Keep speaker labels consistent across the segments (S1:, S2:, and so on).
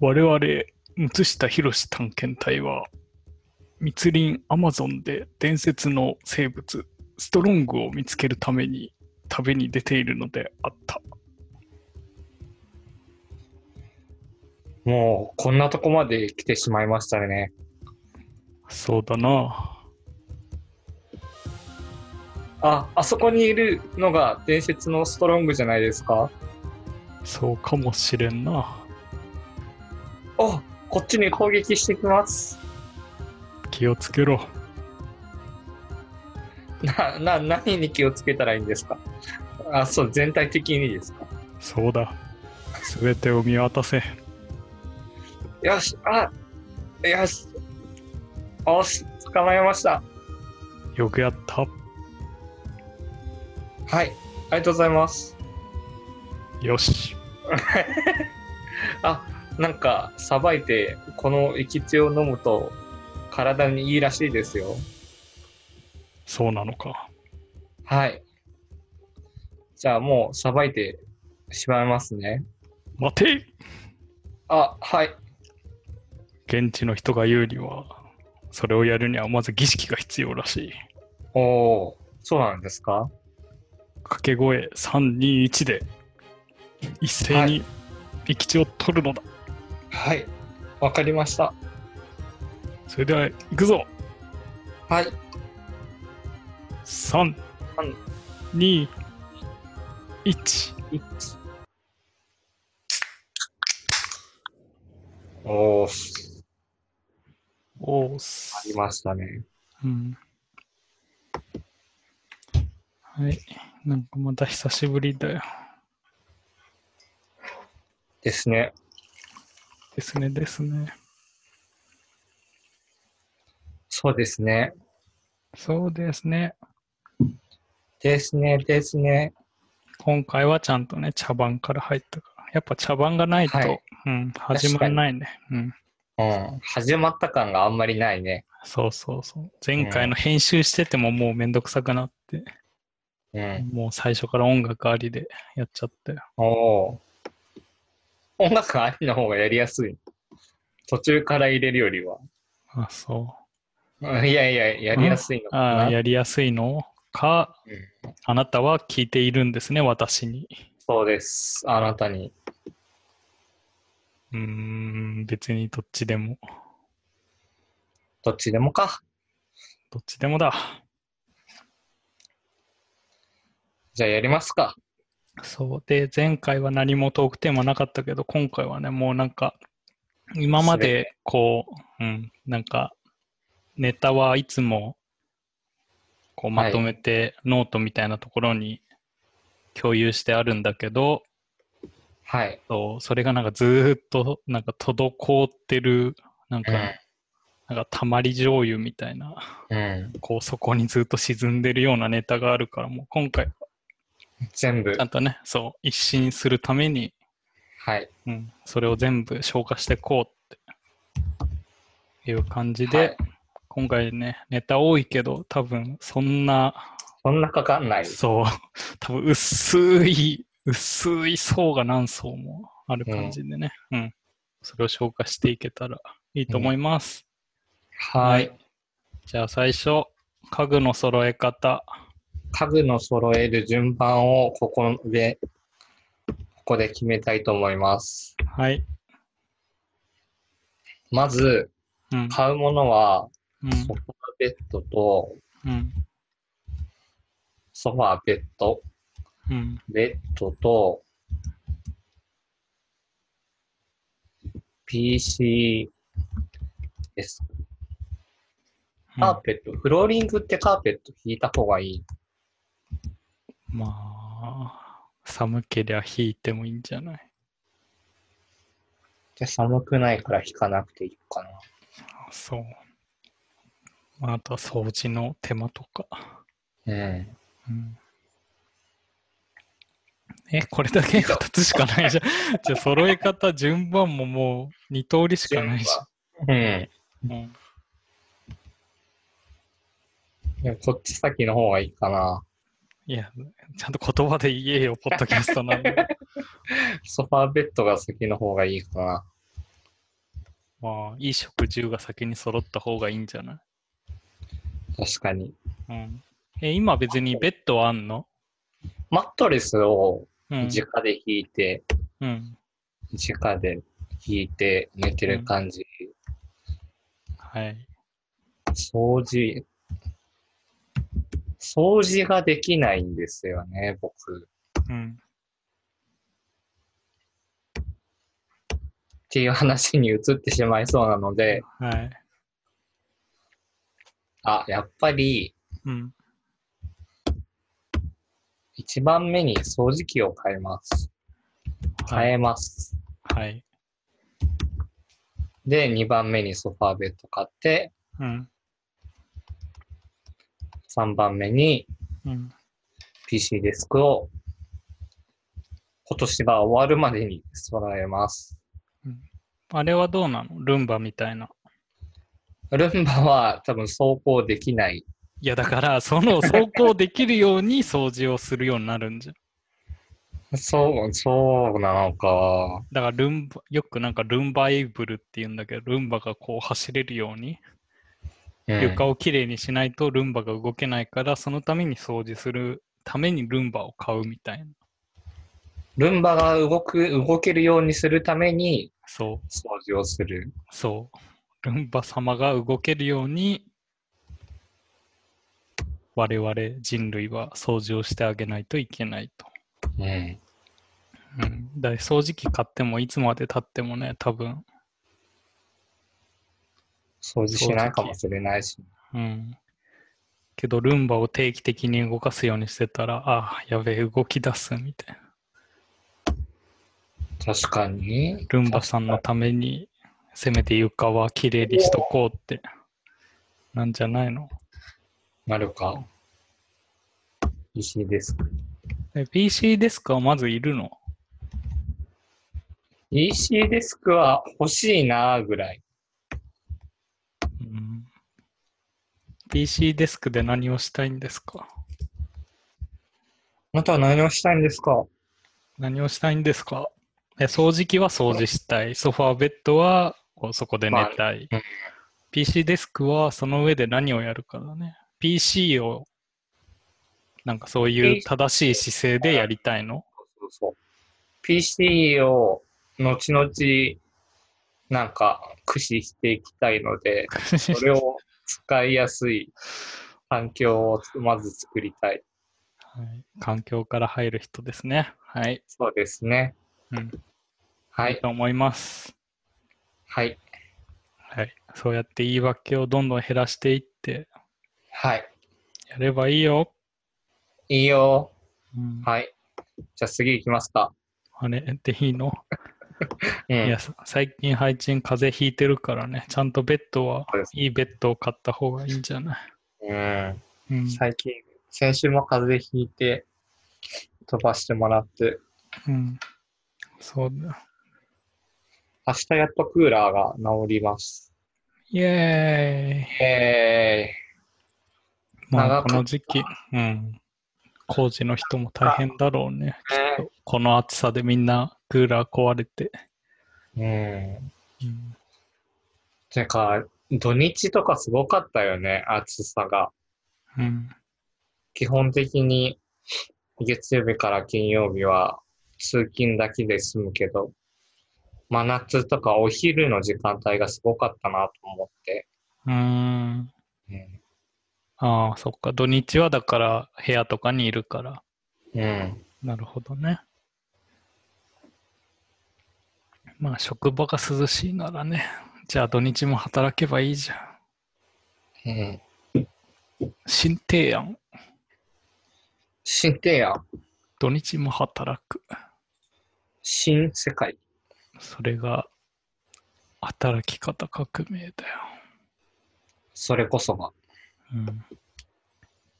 S1: 我々、松下弘探検隊は、密林アマゾンで伝説の生物、ストロングを見つけるために旅に出ているのであった。
S2: もう、こんなとこまで来てしまいましたね。
S1: そうだな。
S2: あ、あそこにいるのが伝説のストロングじゃないですか
S1: そうかもしれんな。
S2: あ、こっちに攻撃してきます。
S1: 気をつけろ。
S2: な、な、何に気をつけたらいいんですかあ、そう、全体的にですか
S1: そうだ。すべてを見渡せ。
S2: よし、あ、よし、おし、捕まえました。
S1: よくやった。
S2: はい、ありがとうございます。
S1: よし。
S2: あ、なんか、さばいて、この液血を飲むと、体にいいらしいですよ。
S1: そうなのか。
S2: はい。じゃあ、もう、さばいてしまいますね。
S1: 待て
S2: あ、はい。
S1: 現地の人が言うには、それをやるにはまず儀式が必要らしい。
S2: おおー、そうなんですか
S1: 掛け声321で一斉に生き地を取るのだ、
S2: はい。わかりました。
S1: それでは行くぞ
S2: はい。
S1: 321
S2: おお、あ
S1: おーす
S2: りましたね。
S1: うんはいなんかまた久しぶりだよ
S2: ですね。
S1: ですねですね
S2: そうですね。
S1: そうですね
S2: ですね、ですね。
S1: 今回はちゃんとね茶番から入ったからやっぱ茶番がないと、
S2: はい
S1: うん、始まらないねうん
S2: うん。始まった感があんまりないね。
S1: そうそうそう前回の編集しててももうめんどくさくなって
S2: うん。
S1: もう最初から音楽ありでやっちゃったよ。
S2: おお。音楽ありの方がやりやすい。途中から入れるよりは。
S1: あ、そ
S2: うんいやいや、やりやすいの
S1: う。
S2: か
S1: あ
S2: な。
S1: あ、やりやすいのか、あなたは聞いているんですね、私に。
S2: そうです。あなたに。
S1: うーん、別にどっちでも。
S2: どっちでもか。
S1: どっちでもだ。
S2: じゃあやりますか。
S1: そう。で、前回は何もトークテーマなかったけど、今回はね、もうなんか、今までこう、うん、なんか、ネタはいつも、こう
S2: はい
S1: まとめて、ノートみたいなところに共有してあるんだけど、
S2: はい。
S1: そうそれがなんかずーっとなんか滞ってるなん
S2: う
S1: か、
S2: ん。
S1: なんかたまり醤油みたいな
S2: うん。
S1: こうそこにずっと沈んでるようなネタがあるからもう今回
S2: 全部
S1: ちゃ。んとねそう一新するために、
S2: はい。
S1: うん、それを全部消化していこうっていう感じで、
S2: はい
S1: 今回ねネタ多いけど多分そんな
S2: そんなかかんない。
S1: そう多分薄い薄い層が何層もある感じでね、うんそれを消化していけたらいいと思います、
S2: はい。
S1: じゃあ最初家具の揃え方
S2: 家具の揃える順番をここで、ここで決めたいと思います。
S1: はい、
S2: まず、
S1: うん
S2: 買うものは、
S1: うん
S2: ソファーベッドと、
S1: うん
S2: ソファーベッド、
S1: うん、
S2: ベッドと、PC です。カーペット、フローリングってカーペット引いた方がいい。
S1: まあ寒けりゃ引いてもいいんじゃない
S2: じゃあ寒くないから引かなくていいかな。
S1: あそう、まあ、あとは掃除の手間とか、
S2: うん。
S1: うん、えこれだけ2つしかない じゃんじゃあ揃え方順番ももう2通りしかないし、
S2: うん。
S1: うん、
S2: でもこっち先の方がいいかな。
S1: いやちゃんと言葉で言 えよポッドキャストなんで
S2: ソファーベッドが先の方がいいかな。
S1: まあ、いい食住が先に揃った方がいいんじゃない
S2: 確かに。
S1: うん。え、今別にベッドはあんの
S2: マットレスを
S1: うん。
S2: 直で引いて、
S1: うん。
S2: 直で引いて寝てる感じ。
S1: はい。
S2: 掃除、掃除ができないんですよね、僕。
S1: うん。
S2: っていう話に移ってしまいそうなので、
S1: はい。
S2: あ、やっぱり、
S1: うん。
S2: 一番目に掃除機を買います。
S1: は
S2: 買
S1: い。
S2: えます。
S1: はい。
S2: で、二番目にソファーベッド買って、
S1: うん。
S2: 三番目に
S1: うん。
S2: PC デスクを今年が終わるまでに備えます。
S1: あれはどうなのルンバみたいな。
S2: ルンバは多分走行できない。
S1: いや、だから、 その走行できるように掃除をするようになるんじゃん。
S2: そう、そうなのか。
S1: だからルンバ、よくなんかルンバエイブルって言うんだけど、ルンバがこう走れるように、
S2: うん
S1: 床をきれいにしないとルンバが動けないから、そのために掃除するためにルンバを買うみたいな。
S2: ルンバが動く、動けるようにするために
S1: そう。
S2: 掃除をする。
S1: そう。ルンバ様が動けるように、我々人類は掃除をしてあげないといけないと。
S2: うん。
S1: うん、だから掃除機買ってもいつまで経ってもね、多分、
S2: 掃除しないかもしれないし。
S1: うん。けど、ルンバを定期的に動かすようにしてたら、ああ、やべえ、動き出すみたいな。
S2: 確かに。
S1: ルンバさんのために、せめて床はきれいにしとこうって、なんじゃないの
S2: なるか。PC です。
S1: え ?PC デスクはまずいるの
S2: EC デスクは欲しいなぐらい。
S1: うん、PC デスクで何をしたいんですか
S2: あなたは何をしたいんですか
S1: 何をしたいんですかえ掃除機は掃除したい。ソファーベッドはこうそこで寝たい。
S2: まあうん
S1: PC デスクはその上で何をやるかだね。PC をなんかそういう正しい姿勢でやりたいの
S2: そうそう。PC を後々なんか駆使していきたいので、それを使いやすい環境をまず作りたい。
S1: はい環境から入る人ですね。はい。
S2: そうですね。
S1: うん、
S2: はい
S1: い
S2: い。
S1: と思います。
S2: はい。
S1: はい。そうやって言い訳をどんどん減らしていって
S2: はい。
S1: やればいいよ。
S2: いいよ。
S1: うん
S2: はい。じゃあ次行きますか。
S1: あれっていいの、
S2: うん。
S1: いや、さ最近配信風邪ひいてるからね、ちゃんとベッドは
S2: そうです、
S1: いいベッドを買った方がいいんじゃない、
S2: うん
S1: うん、
S2: 最近、先週も風邪ひいて、飛ばしてもらって、
S1: うん。そうだ。
S2: 明日やっとクーラーが治ります。
S1: イエーイ。
S2: え
S1: まあ、
S2: 長く
S1: この時期、うん。工事の人も大変だろうね。
S2: ー、え
S1: この暑さでみんなクーラー壊れて。
S2: ー。うん。
S1: うん、
S2: てか、土日とかすごかったよね、暑さが。
S1: うん、
S2: 基本的に、月曜日から金曜日は、通勤だけで済むけど、真夏とかお昼の時間帯がすごかったなと思って。
S1: うーん。
S2: うん。
S1: ああ、そっか。土日はだから部屋とかにいるから。
S2: うん、
S1: なるほどね。まあ、職場が涼しいならね、じゃあ土日も働けばいいじゃん。
S2: うん。
S1: 新提案、
S2: 新提案。
S1: 土日も働く。
S2: 新世界。
S1: それが、働き方革命だよ。
S2: それこそが。
S1: うん。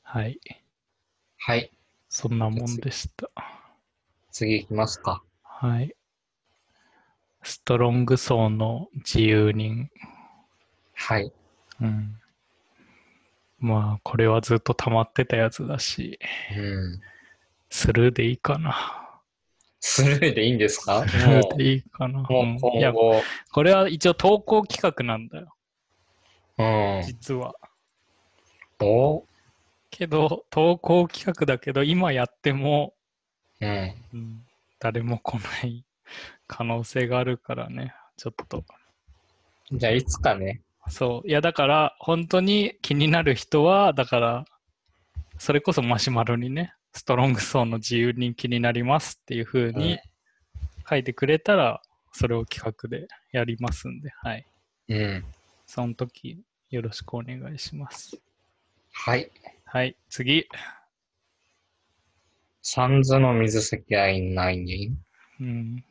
S1: はい。
S2: はい。
S1: そんなもんでした。
S2: 次行きますか。
S1: はい。ストロング層の自由人。
S2: はい。
S1: うん。まあ、これはずっと溜まってたやつだし、
S2: うん。
S1: スルーでいいかな。
S2: スルーでいいんですかも
S1: でいいかな。
S2: う、も
S1: うん
S2: う
S1: いや
S2: 今、後、
S1: これは一応投稿企画なんだよ、
S2: うん。
S1: 実は。
S2: お
S1: けど、投稿企画だけど、今やっても、
S2: うん。
S1: うん誰も来ない 可能性があるからね、ちょっと。
S2: じゃあ、いつかね。
S1: そう。いや、だから、本当に気になる人は、だから、それこそマシュマロにね、ストロングソーの自由人気になりますっていう風
S2: う
S1: に
S2: ん
S1: 書いてくれたら、それを企画でやりますんで、はい。
S2: うん。
S1: その時、よろしくお願いします。
S2: はい。
S1: はい、次。
S2: サンズの水先案内人。
S1: うん。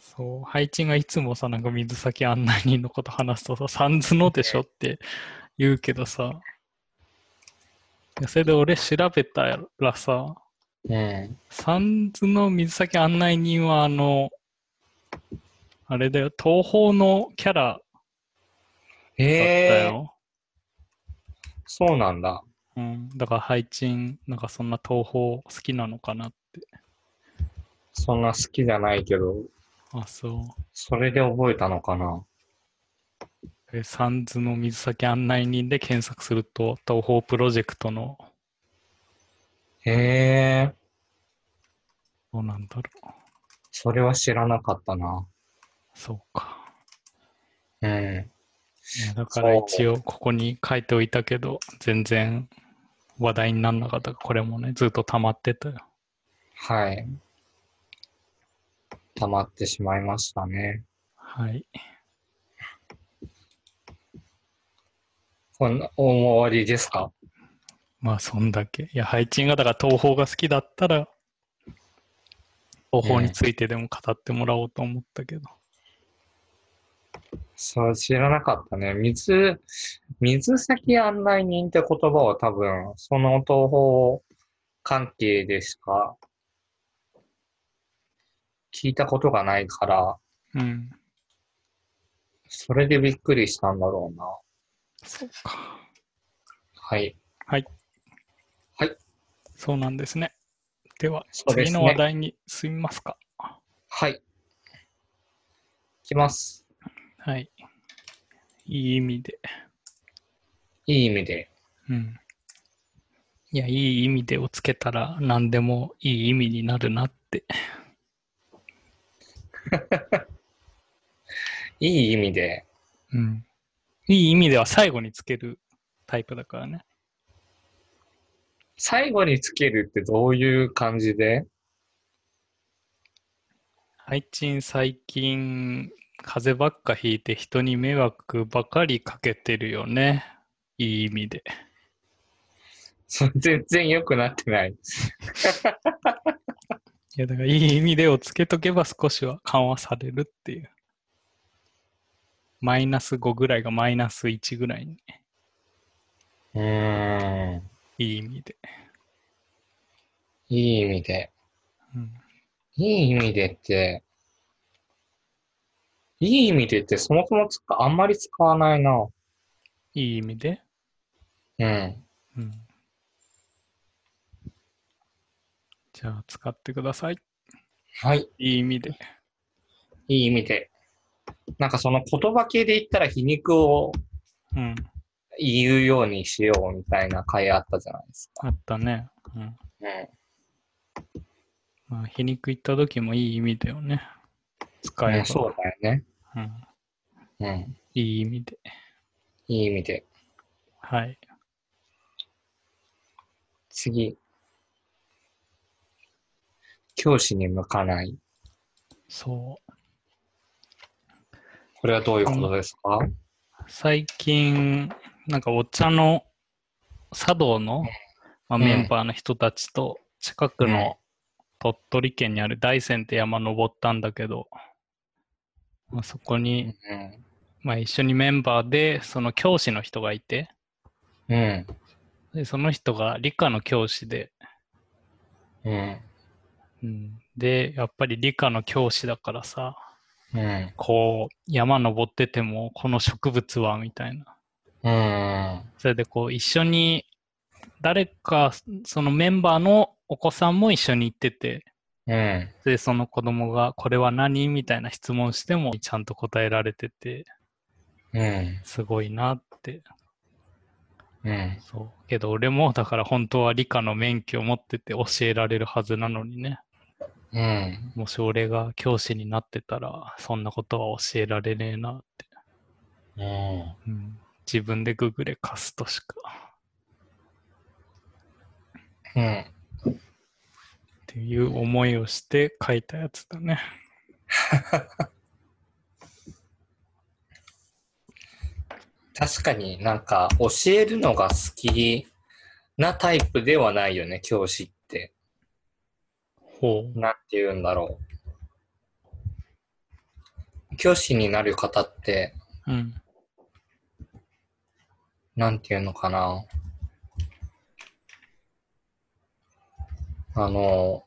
S1: そう、配置がいつもさ、なんか水先案内人のこと話すとさ、サンズのでしょって言うけどさ、いやそれで俺調べたらさ、
S2: うん。
S1: サンズの水先案内人は、あの、あれだよ、東宝のキャラ
S2: え
S1: だった
S2: え
S1: よ。
S2: そうなんだ。
S1: うん、だから配置、なんかそんな東宝好きなのかなって。
S2: そんな好きじゃないけど、
S1: あ、そう。
S2: それで覚えたのかな。
S1: えサンズの水先案内人で検索すると、東宝プロジェクトの、
S2: へえ
S1: どうなんだろう。
S2: それは知らなかったな。
S1: そうか。
S2: うん。
S1: いやだから
S2: そう
S1: 一応ここに書いておいたけど、全然話題にならなかったからこれもね、ずっと溜まってたよ。
S2: はい。溜まってしまいましたね。
S1: はい。
S2: こんな、大回りですか
S1: まあそんだけ。いや、配置がだから東宝が好きだったら、東宝についてでも語ってもらおうと思ったけど。
S2: そう、知らなかったね。水、水先案内人って言葉は多分、その東方関係でしか聞いたことがないから、
S1: うん。
S2: それでびっくりしたんだろうな。
S1: そうか。
S2: はい。
S1: そうなんですね。では、
S2: そうです
S1: 次
S2: ね
S1: の話題に進みますか。
S2: はい。いきます。
S1: はい。いい意味で。
S2: いい意味で。
S1: うん。いや、いい意味でをつけたら何でもいい意味になるなって。
S2: いい意味で。
S1: うん。いい意味では最後につけるタイプだからね。
S2: 最後につけるってどういう感じで
S1: 配信最近、風邪ばっかひいて人に迷惑ばかりかけてるよね。いい意味で。
S2: それ全然良くなってない。
S1: いや、だからいい意味でをつけとけば少しは緩和されるっていう。マイナス5ぐらいがマイナス1ぐらいに、
S2: うーん。
S1: いい意味で。
S2: いい意味で。
S1: うん、
S2: いい意味でって、いい意味でってそもそもつかあんまり使わないな。
S1: いい意味で。
S2: うん。
S1: うんじゃあ使ってください。
S2: はい。
S1: いい意味で。
S2: いい意味で。なんかその言葉系で言ったら皮肉を
S1: うん。
S2: 言うようにしようみたいな回あったじゃないです
S1: あったね。うん。
S2: か。うん。
S1: まあ、皮肉言った時もいい意味だよね。使え
S2: う
S1: ば。
S2: んそうだよね。
S1: うん。
S2: うん。
S1: いい意味で。
S2: いい意味で。
S1: はい。
S2: 次。教師に向かない。
S1: そう。
S2: これはどういうことですか
S1: 最近、なんかお茶の茶道の、まあ、
S2: うん
S1: メンバーの人たちと近くの鳥取県にある大山って山登ったんだけど、まあ、そこ
S2: う
S1: に、
S2: ん。
S1: まあ、一緒にメンバーでその教師の人がいて
S2: うん。
S1: でその人が理科の教師で、
S2: うん。
S1: うん、でやっぱり理科の教師だからさ
S2: うん。
S1: こう山登っててもこの植物はみたいな
S2: うん。
S1: それでこう一緒に誰かそのメンバーのお子さんも一緒に行ってて
S2: うん。
S1: で、その子供が、これは何みたいな質問しても、ちゃんと答えられてて、
S2: うん。
S1: すごいなって。
S2: うん。
S1: そう。けど、俺も、だから本当は理科の免許を持ってて教えられるはずなのにね。
S2: うん。
S1: もし俺が教師になってたら、そんなことは教えられねえなって。
S2: うん。
S1: うん、自分でググレ貸すとしか。
S2: うん。
S1: っていう思いをして書いたやつだね。
S2: 確かになんか教えるのが好きなタイプではないよね、教師って。
S1: ほう。
S2: なんて言うんだろう。教師になる方って、
S1: うん。
S2: なんて言うのかな。あの、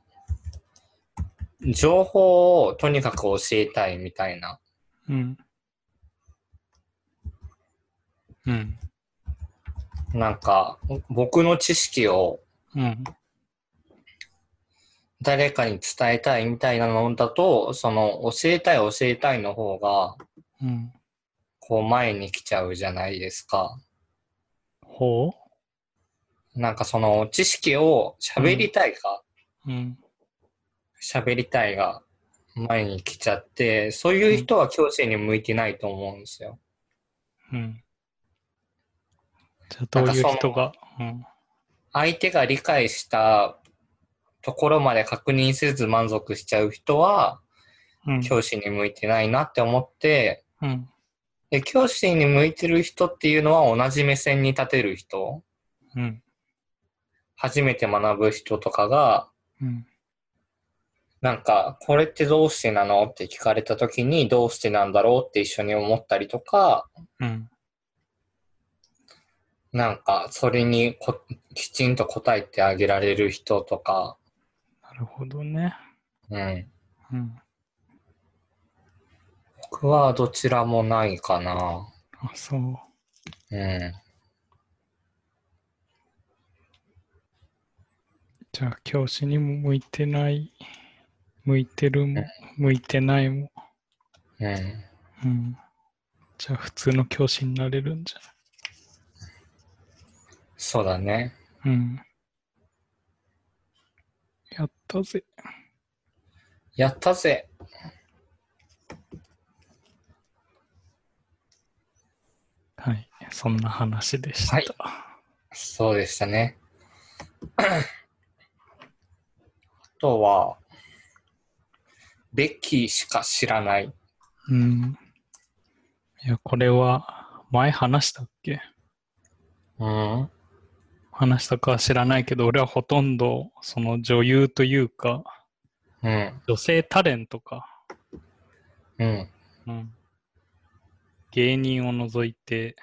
S2: 情報をとにかく教えたいみたいな
S1: うん。うん。
S2: なんか、僕の知識を
S1: うん。
S2: 誰かに伝えたいみたいなのだと、その、教えたい教えたいの方が、
S1: うん。
S2: こう前に来ちゃうじゃないですか。
S1: ほ
S2: なんかその、知識を喋りたいか、
S1: う。うん。
S2: 喋、りたいが前に来ちゃって、そういう人は教師に向いてないと思うんですよ。
S1: うん。じゃあ、どういう人が。うん。
S2: 相手が理解したところまで確認せず満足しちゃう人は、
S1: うん。
S2: 教師に向いてないなって思って、
S1: うん。
S2: で教師に向いてる人っていうのは同じ目線に立てる人
S1: うん。
S2: 初めて学ぶ人とかが
S1: うん。
S2: なんかこれってどうしてなのって聞かれた時にどうしてなんだろうって一緒に思ったりとか
S1: うん。
S2: なんかそれにこきちんと答えてあげられる人とか、
S1: なるほどね。
S2: うん、
S1: うん。
S2: 僕はどちらもないかな。
S1: あ、そう。
S2: うん
S1: じゃあ、教師にも向いてない。向いてるも、向いてないも。
S2: うん、
S1: うん。じゃあ、普通の教師になれるんじゃ
S2: そうだね。
S1: ないうん。やったぜ。
S2: やったぜ。
S1: はい。そんな話でした。
S2: はいそうでしたね。 あとは、ベッキーしか知らない。
S1: うん。いや、これは、前話したっけ
S2: うん。
S1: 話したかは知らないけど、俺はほとんど、その女優というか、
S2: うん。
S1: 女性タレントか、
S2: うん。
S1: うん、芸人を除いて、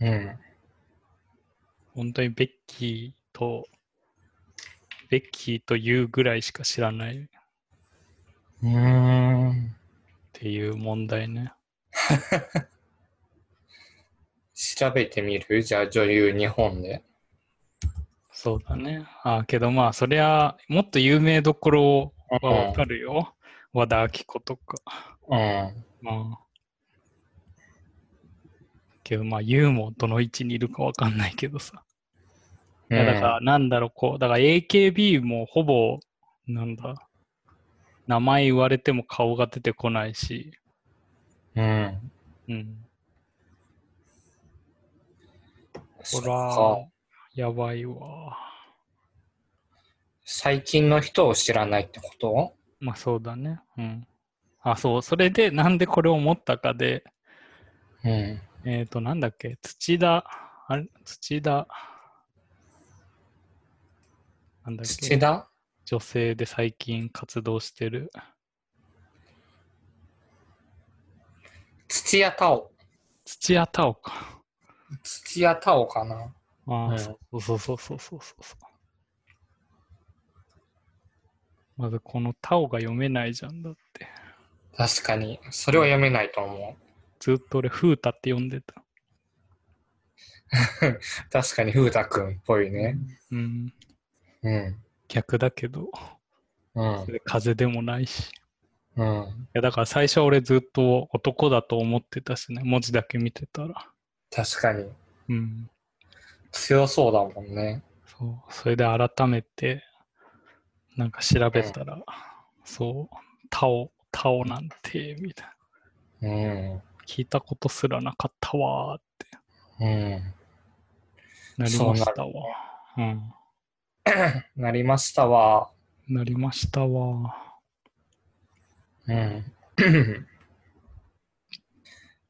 S2: うん。
S1: 本当にベッキーと、ベッキーというぐらいしか知らないっ
S2: うーん。
S1: ていう問題ね。
S2: 調べてみるじゃあ女優日本で。
S1: そうだね。あーけどまあ、そりゃ、もっと有名どころはわかるよ。和田アキ子とか。
S2: うん。
S1: まあ。けどまあ、ユーもどの位置にいるかわかんないけどさ。いやだから、なんだろう、こう、だから AKB もほぼ、なんだ、名前言われても顔が出てこないし、
S2: うん。うん。
S1: うん。
S2: そ
S1: こ
S2: っ
S1: ら
S2: か。、
S1: やばいわ。
S2: 最近の人を知らないってこと
S1: まあそうだね。うん。あ、そう、それで、なんでこれを思ったかで、
S2: うん。
S1: えっ、と、なんだっけ、土田、あれ、土田、なんだっ
S2: 土
S1: け、
S2: 田
S1: 女性で最近活動してる。
S2: 土屋太鳳。
S1: 土屋太鳳か。
S2: 土屋太鳳かな
S1: ああ、
S2: うん
S1: そうそうそうそうそうそうそう。まずこのタオが読めないじゃんだって。
S2: 確かに。それは読めないと思う。
S1: ずっと俺、フータって読んでた。
S2: 確かに風太くんっぽいね。
S1: うん。
S2: うん。
S1: 逆だけど、
S2: うん。
S1: 風でもないし。
S2: うん。
S1: いやだから最初俺ずっと男だと思ってたしね、文字だけ見てたら。
S2: 確かに。
S1: うん。
S2: 強そうだもんね。
S1: そう。それで改めて、なんか調べたら、そう、タオ、タオなんて、みたいな。
S2: うん。
S1: 聞いたことすらなかったわーって
S2: うん。
S1: なりました
S2: そうな
S1: わ
S2: る。
S1: うん。
S2: なりましたわ。
S1: なりましたわ。
S2: うん。っ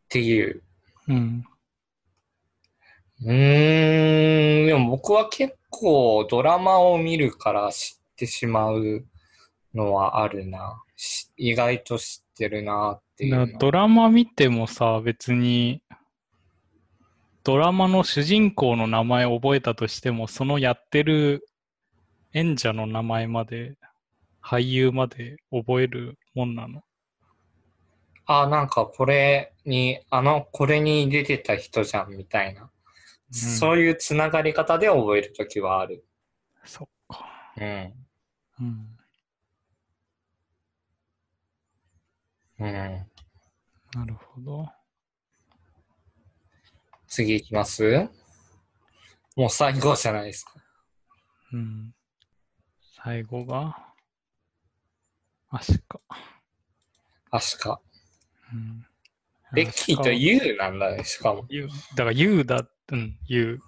S2: ていう。
S1: うん。
S2: うーん。でも僕は結構ドラマを見るから知ってしまうのはあるな。し意外と知ってるなっていう
S1: だ
S2: の。
S1: からドラマ見てもさ、別に、ドラマの主人公の名前を覚えたとしても、そのやってる演者の名前まで、俳優まで覚えるもんなの。
S2: あ、なんかこれに、あの、これに出てた人じゃんみたいな。
S1: ん
S2: そういうつながり方で覚えるときはある。
S1: そっか。
S2: うん。
S1: うん。
S2: うん。
S1: なるほど。
S2: 次いきますもう最後じゃないですか。
S1: うん。最後が、アシカ。
S2: アシカ。
S1: うん、
S2: ベッキーと
S1: ユ
S2: ユーなんだね、しかも。
S1: ー。だからユーだ、うん、ユ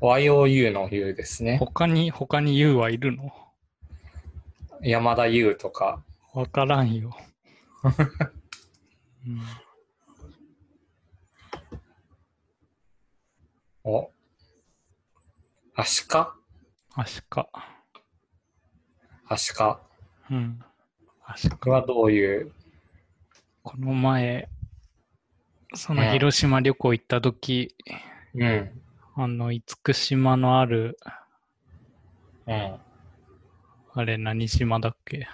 S2: YOU の U です
S1: ー。
S2: ね。
S1: 他に、他にユーはいるの
S2: 山田優とか。
S1: わからん よ。うん、
S2: お。アシカ
S1: アシカ。
S2: アシカ。
S1: うん。アシ
S2: こ
S1: カ。
S2: れはどういう
S1: この前、そ
S2: うん
S1: の広島旅行行った時、
S2: うん。
S1: あの、厳島のある、
S2: うん。
S1: あれ何島だっけ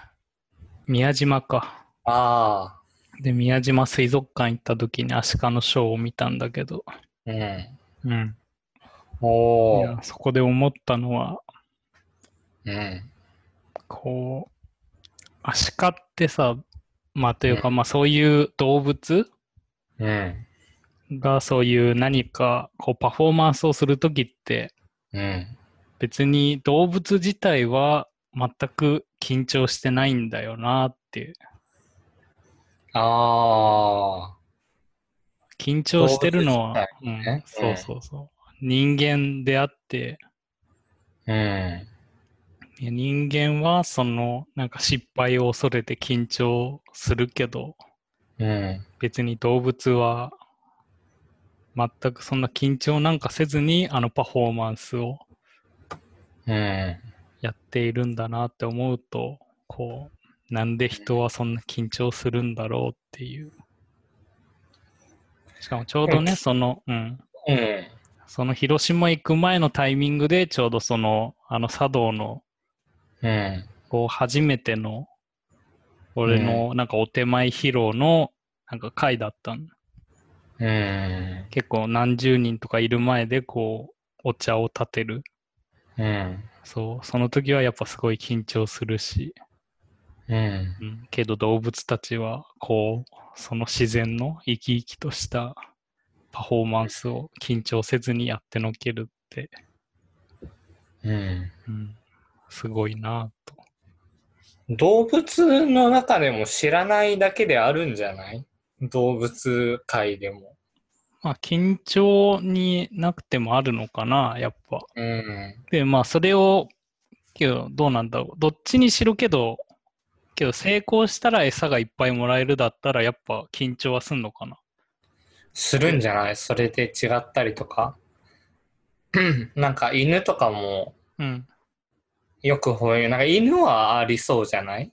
S1: 宮島か。
S2: ああ
S1: で、宮島水族館行った時にアシカのショーを見たんだけど、
S2: ー。うん。
S1: うん。い
S2: お
S1: や
S2: ー。
S1: そこで思ったのは、
S2: うん。
S1: こう、アシカってさ、まあというか、まあそういう動物
S2: うん。
S1: がそういう何かこうパフォーマンスをするときって
S2: うん。
S1: 別に動物自体は全く緊張してないんだよなって
S2: ああ。
S1: 緊張してるの
S2: 動
S1: は、う
S2: 体ね
S1: ん、
S2: う
S1: そ
S2: ん
S1: うそうそう人間であって
S2: うん。
S1: いや人間はそのなんか失敗を恐れて緊張するけど
S2: うん。
S1: 別に動物は全くそんな緊張なんかせずにあのパフォーマンスを
S2: うん。
S1: やっているんだなって思うとこうなんで人はそんな緊張するんだろうっていうしかもちょうど
S2: うん
S1: ねそのうん
S2: うん。
S1: その広島行く前のタイミングでちょうどそのあの茶道の
S2: うん。
S1: こう初めての俺のなんかお手前披露のなんか会だったん
S2: うん。
S1: 結構何十人とかいる前でこうお茶を立てる
S2: うん。
S1: そうその時はやっぱすごい緊張するし
S2: うん。
S1: うん、けど動物たちはこうその自然の生き生きとしたパフォーマンスを緊張せずにやってのけるって、
S2: うん。
S1: うん、すごいなぁと
S2: 動物の中でも知らないだけであるんじゃない動物界でも。
S1: まあ緊張になくてもあるのかなやっぱ
S2: うん。
S1: でまあそれをけどどうなんだろうどっちにしろけどけど成功したら餌がいっぱいもらえるだったらやっぱ緊張はすんのかな
S2: するんじゃないそれで違ったりとか。なんか犬とかも
S1: うん
S2: よく吠える。なんか犬はありそうじゃない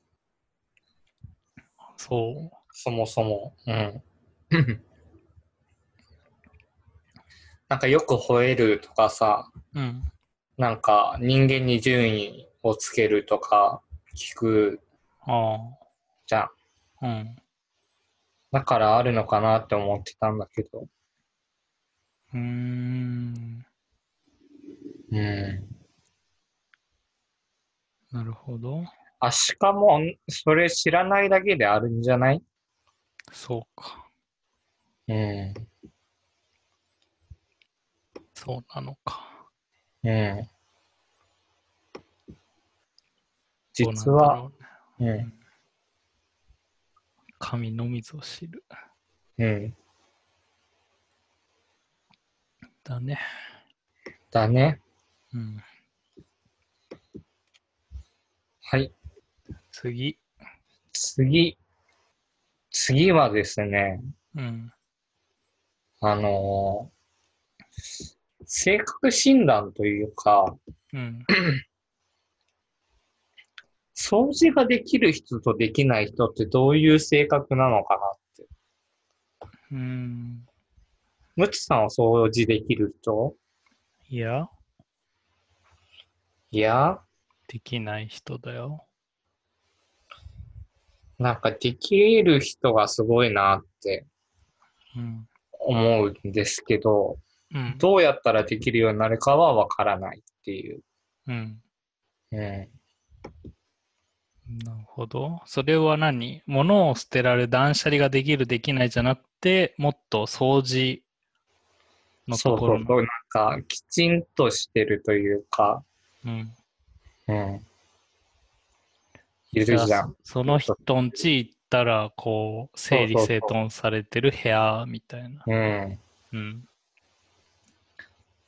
S1: そう
S2: そもそも。うん。なんかよく吠えるとかさ、
S1: うん
S2: なんか人間に順位をつけるとか聞く
S1: あ
S2: じゃん。
S1: あうん
S2: だからあるのかなって思ってたんだけど。
S1: うーん
S2: うん。
S1: なるほど。
S2: あ、しかも、それ知らないだけであるんじゃない
S1: そうか。
S2: うん。
S1: そうなのか。
S2: う
S1: ど
S2: ん。
S1: うなんだ
S2: 実
S1: ろう
S2: は、
S1: ね
S2: うん。
S1: 神のみぞ知る。
S2: うん。
S1: だね。
S2: だね。
S1: うん。
S2: はい。
S1: 次。
S2: 次。次はですね、
S1: うん。
S2: あのー性格診断というか、
S1: うん。
S2: 掃除ができる人とできない人ってどういう性格なのかなって。
S1: うん。
S2: むつさんは掃除できる人
S1: いや、
S2: いや、
S1: できない人だよ。
S2: なんかできる人がすごいなって
S1: うん。
S2: 思うんですけど、
S1: うん。
S2: どうやったらできるようになるかはわからないっていう。
S1: うん。
S2: うん。
S1: なるほど。それは何物を捨てられ断捨離ができる、できないじゃなくて、もっと掃除の
S2: そ
S1: と
S2: う
S1: こ
S2: そ
S1: ろ
S2: う
S1: の。
S2: そう、なんかきちんとしてるというか、
S1: うん。
S2: うん。いるじ
S1: じ
S2: ゃ
S1: ゃあ
S2: ん。
S1: その人ん家行ったら、こう、整理整頓されてる部屋みたいな。
S2: うん。
S1: うん。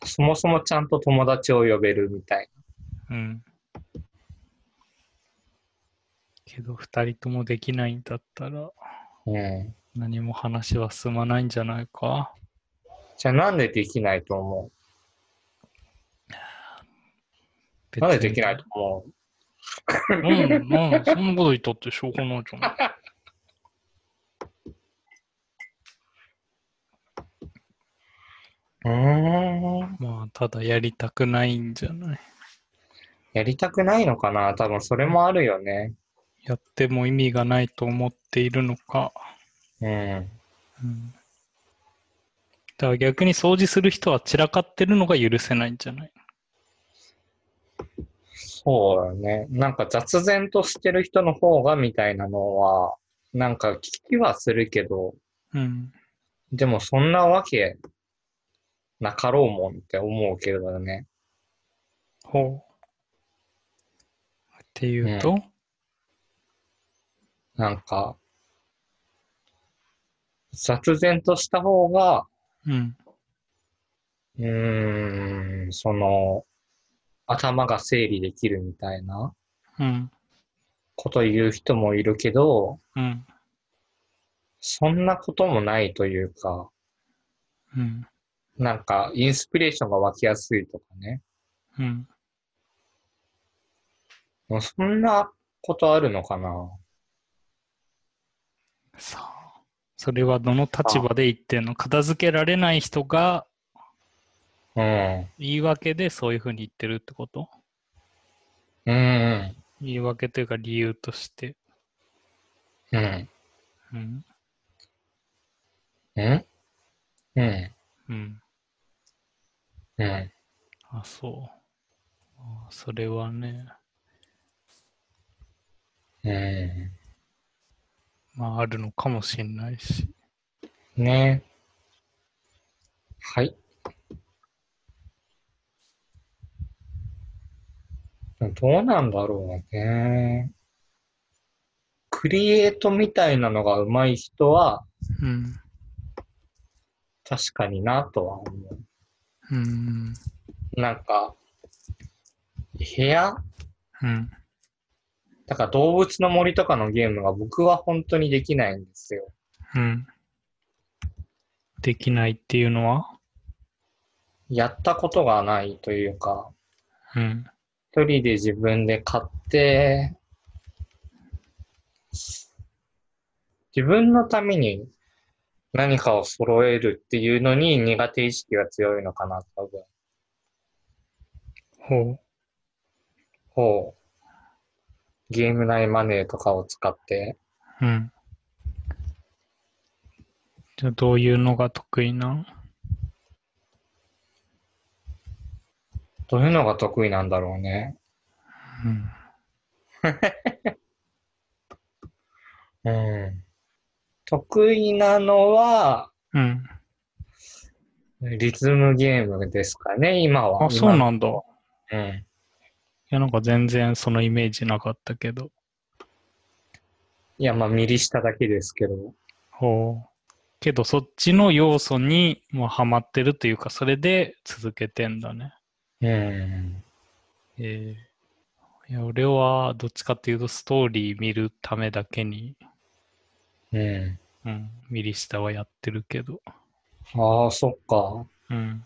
S2: そもそもちゃんと友達を呼べるみたい。
S1: うん。けど、二人ともできないんだったら、
S2: うん。
S1: 何も話は進まないんじゃないか。
S2: じゃあなんでできないと思う
S1: 別
S2: なん
S1: に
S2: でできないと思う
S1: うん、うん、そんなこと言ったってしょうがないじゃない。
S2: うーん。
S1: まあ、ただやりたくないんじゃない。
S2: やりたくないのかな多分それもあるよね。
S1: やっても意味がないと思っているのか。
S2: うん。
S1: うん。だから逆に掃除する人は散らかってるのが許せないんじゃない
S2: そうだね。なんか雑然としてる人の方がみたいなのは、なんか聞きはするけど、
S1: うん。
S2: でもそんなわけなかろうもんって思うけどね。
S1: ほう。っていうと、
S2: なんか、雑然とした方が、
S1: うん。
S2: うーん、その、頭が整理できるみたいな
S1: うん。
S2: こと言う人もいるけど、
S1: うん。
S2: そんなこともないというか、
S1: うん。
S2: なんかインスピレーションが湧きやすいとかね。
S1: うん。
S2: もうそんなことあるのかな
S1: さあ、それはどの立場で言ってんの片付けられない人が
S2: うん。
S1: 言い訳でそういうふうに言ってるってこと
S2: うん。
S1: 言い訳というか理由として。
S2: うん。
S1: うん。
S2: うん。うん。
S1: うん。
S2: うん。
S1: あ、そう。あそれはね、
S2: う
S1: まああるのかもしれないし。
S2: ん。ねはい。どうなんだろうね。クリエイトみたいなのが上手い人は
S1: うん。
S2: 確かになとは思う。
S1: うん。
S2: なんか、部屋
S1: うん。
S2: だから動物の森とかのゲームが僕は本当にできないんですよ。
S1: うん。できないっていうのは
S2: やったことがないというか、
S1: うん。
S2: 一人で自分で買って、自分のために何かを揃えるっていうのに苦手意識が強いのかな、多分。
S1: ほう。
S2: ほう。ゲーム内マネーとかを使って。
S1: うん。じゃあ、どういうのが得意なん
S2: どういうのが得意なんだろうね。
S1: うん。
S2: うん。得意なのは、
S1: うん。
S2: リズムゲームですかね、今は。
S1: あ、そうなんだ。い
S2: 今うん。
S1: や、なんか全然そのイメージなかったけど。
S2: いや、まあ、ミリしただけですけど。
S1: ほう。けど、そっちの要素にもうハマってるというか、それで続けてんだね。
S2: うん。
S1: ええいや、俺はどっちかっていうと、ストーリー見るためだけに、
S2: うん。
S1: うん、ミリシタはやってるけど。
S2: ああ、そっか。
S1: うん、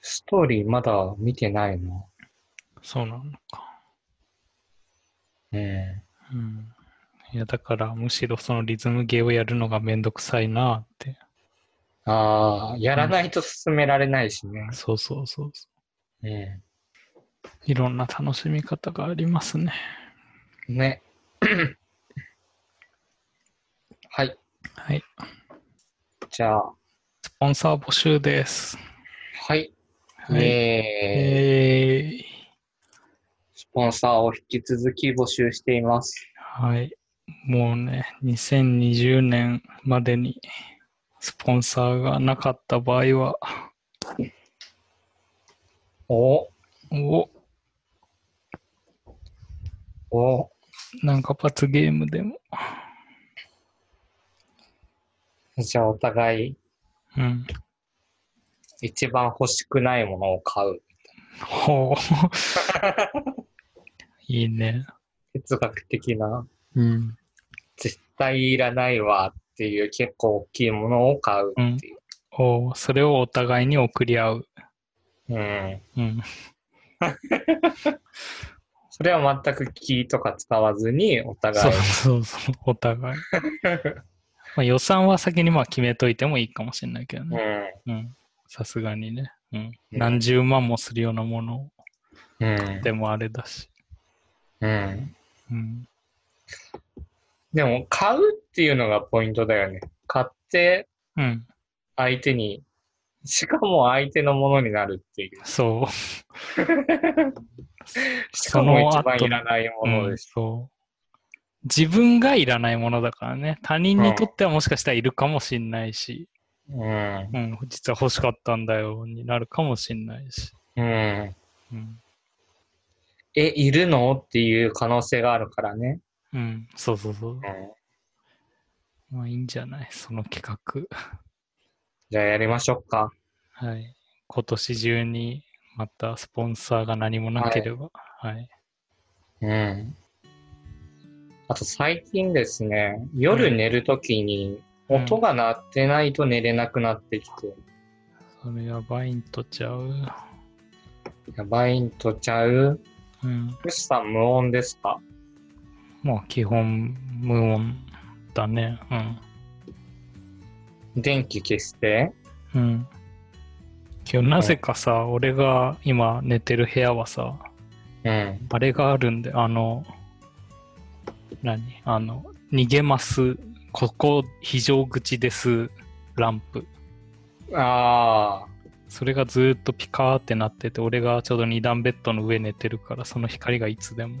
S2: ストーリーまだ見てないな。
S1: そうなのか。
S2: うん。
S1: うん。いや、だから、むしろそのリズムゲーをやるのがめんどくさいなって。
S2: ああ、やらないと進められないしね。
S1: そうそうそうそ
S2: うん。
S1: う。いろんな楽しみ方がありますね。
S2: ね。 はい。
S1: はい。
S2: じゃあ、
S1: スポンサー募集です。
S2: はい。
S1: はい。
S2: えー
S1: えー
S2: スポンサーを引き続き募集しています。
S1: はい。もうね、2020年までにスポンサーがなかった場合は、
S2: お
S1: お、
S2: お
S1: なんか罰ゲームでも。
S2: じゃあお互い
S1: うん。
S2: 一番欲しくないものを買う。
S1: ほう。 いいね。
S2: 哲学的な、
S1: うん。
S2: 絶対いらないわっていう結構大きいものを買うっていう。
S1: おそれをお互いに送り合う。
S2: うん。
S1: うん。
S2: それは全く気とか使わずにお
S1: そう
S2: 互い。
S1: そうそう。お 互い。まあ予算は先にまあ決めといてもいいかもしれないけど
S2: う
S1: ね。
S2: ん。
S1: うん。さすがにね。うん。
S2: うん
S1: 何十万もするようなものを
S2: うん。
S1: でもあれだし。
S2: うん。
S1: うん。
S2: でも買うっていうのがポイントだよね。買って
S1: うん。
S2: 相手に、しかも相手のものになるっていう。
S1: そう。
S2: しかも一番
S1: そ
S2: いらないもの
S1: うん
S2: です。
S1: そう。自分がいらないものだからね。他人にとってはもしかしたらいるかもしんないし、
S2: うん。
S1: うん、実は欲しかったんだよになるかもしんないし。
S2: うん。
S1: うん。
S2: え、いるのっていう可能性があるからね。
S1: うん、そうそうそう
S2: う。ん。
S1: まあいいんじゃないその企画。
S2: じゃあやりましょうか。
S1: はい。今年中にまたスポンサーが何もなければ。はい。
S2: うん。あと最近ですね、夜寝るときに
S1: うん
S2: 音が鳴ってないと寝れなくなってきて、
S1: それやばいんとちゃう。
S2: やばいんとちゃう。
S1: うん。
S2: よしさん無音ですか
S1: まあ基本無音だね。うん。
S2: 電気消して。
S1: うん。今日なぜかさ、俺が今寝てる部屋はさ、
S2: うん。
S1: あれがあるんで、あの、何あの、逃げます、ここ非常口です、ランプ。
S2: あ
S1: それがずーっとピカーってなってて、俺がちょうど二段ベッドの上寝てるから、その光がいつでも。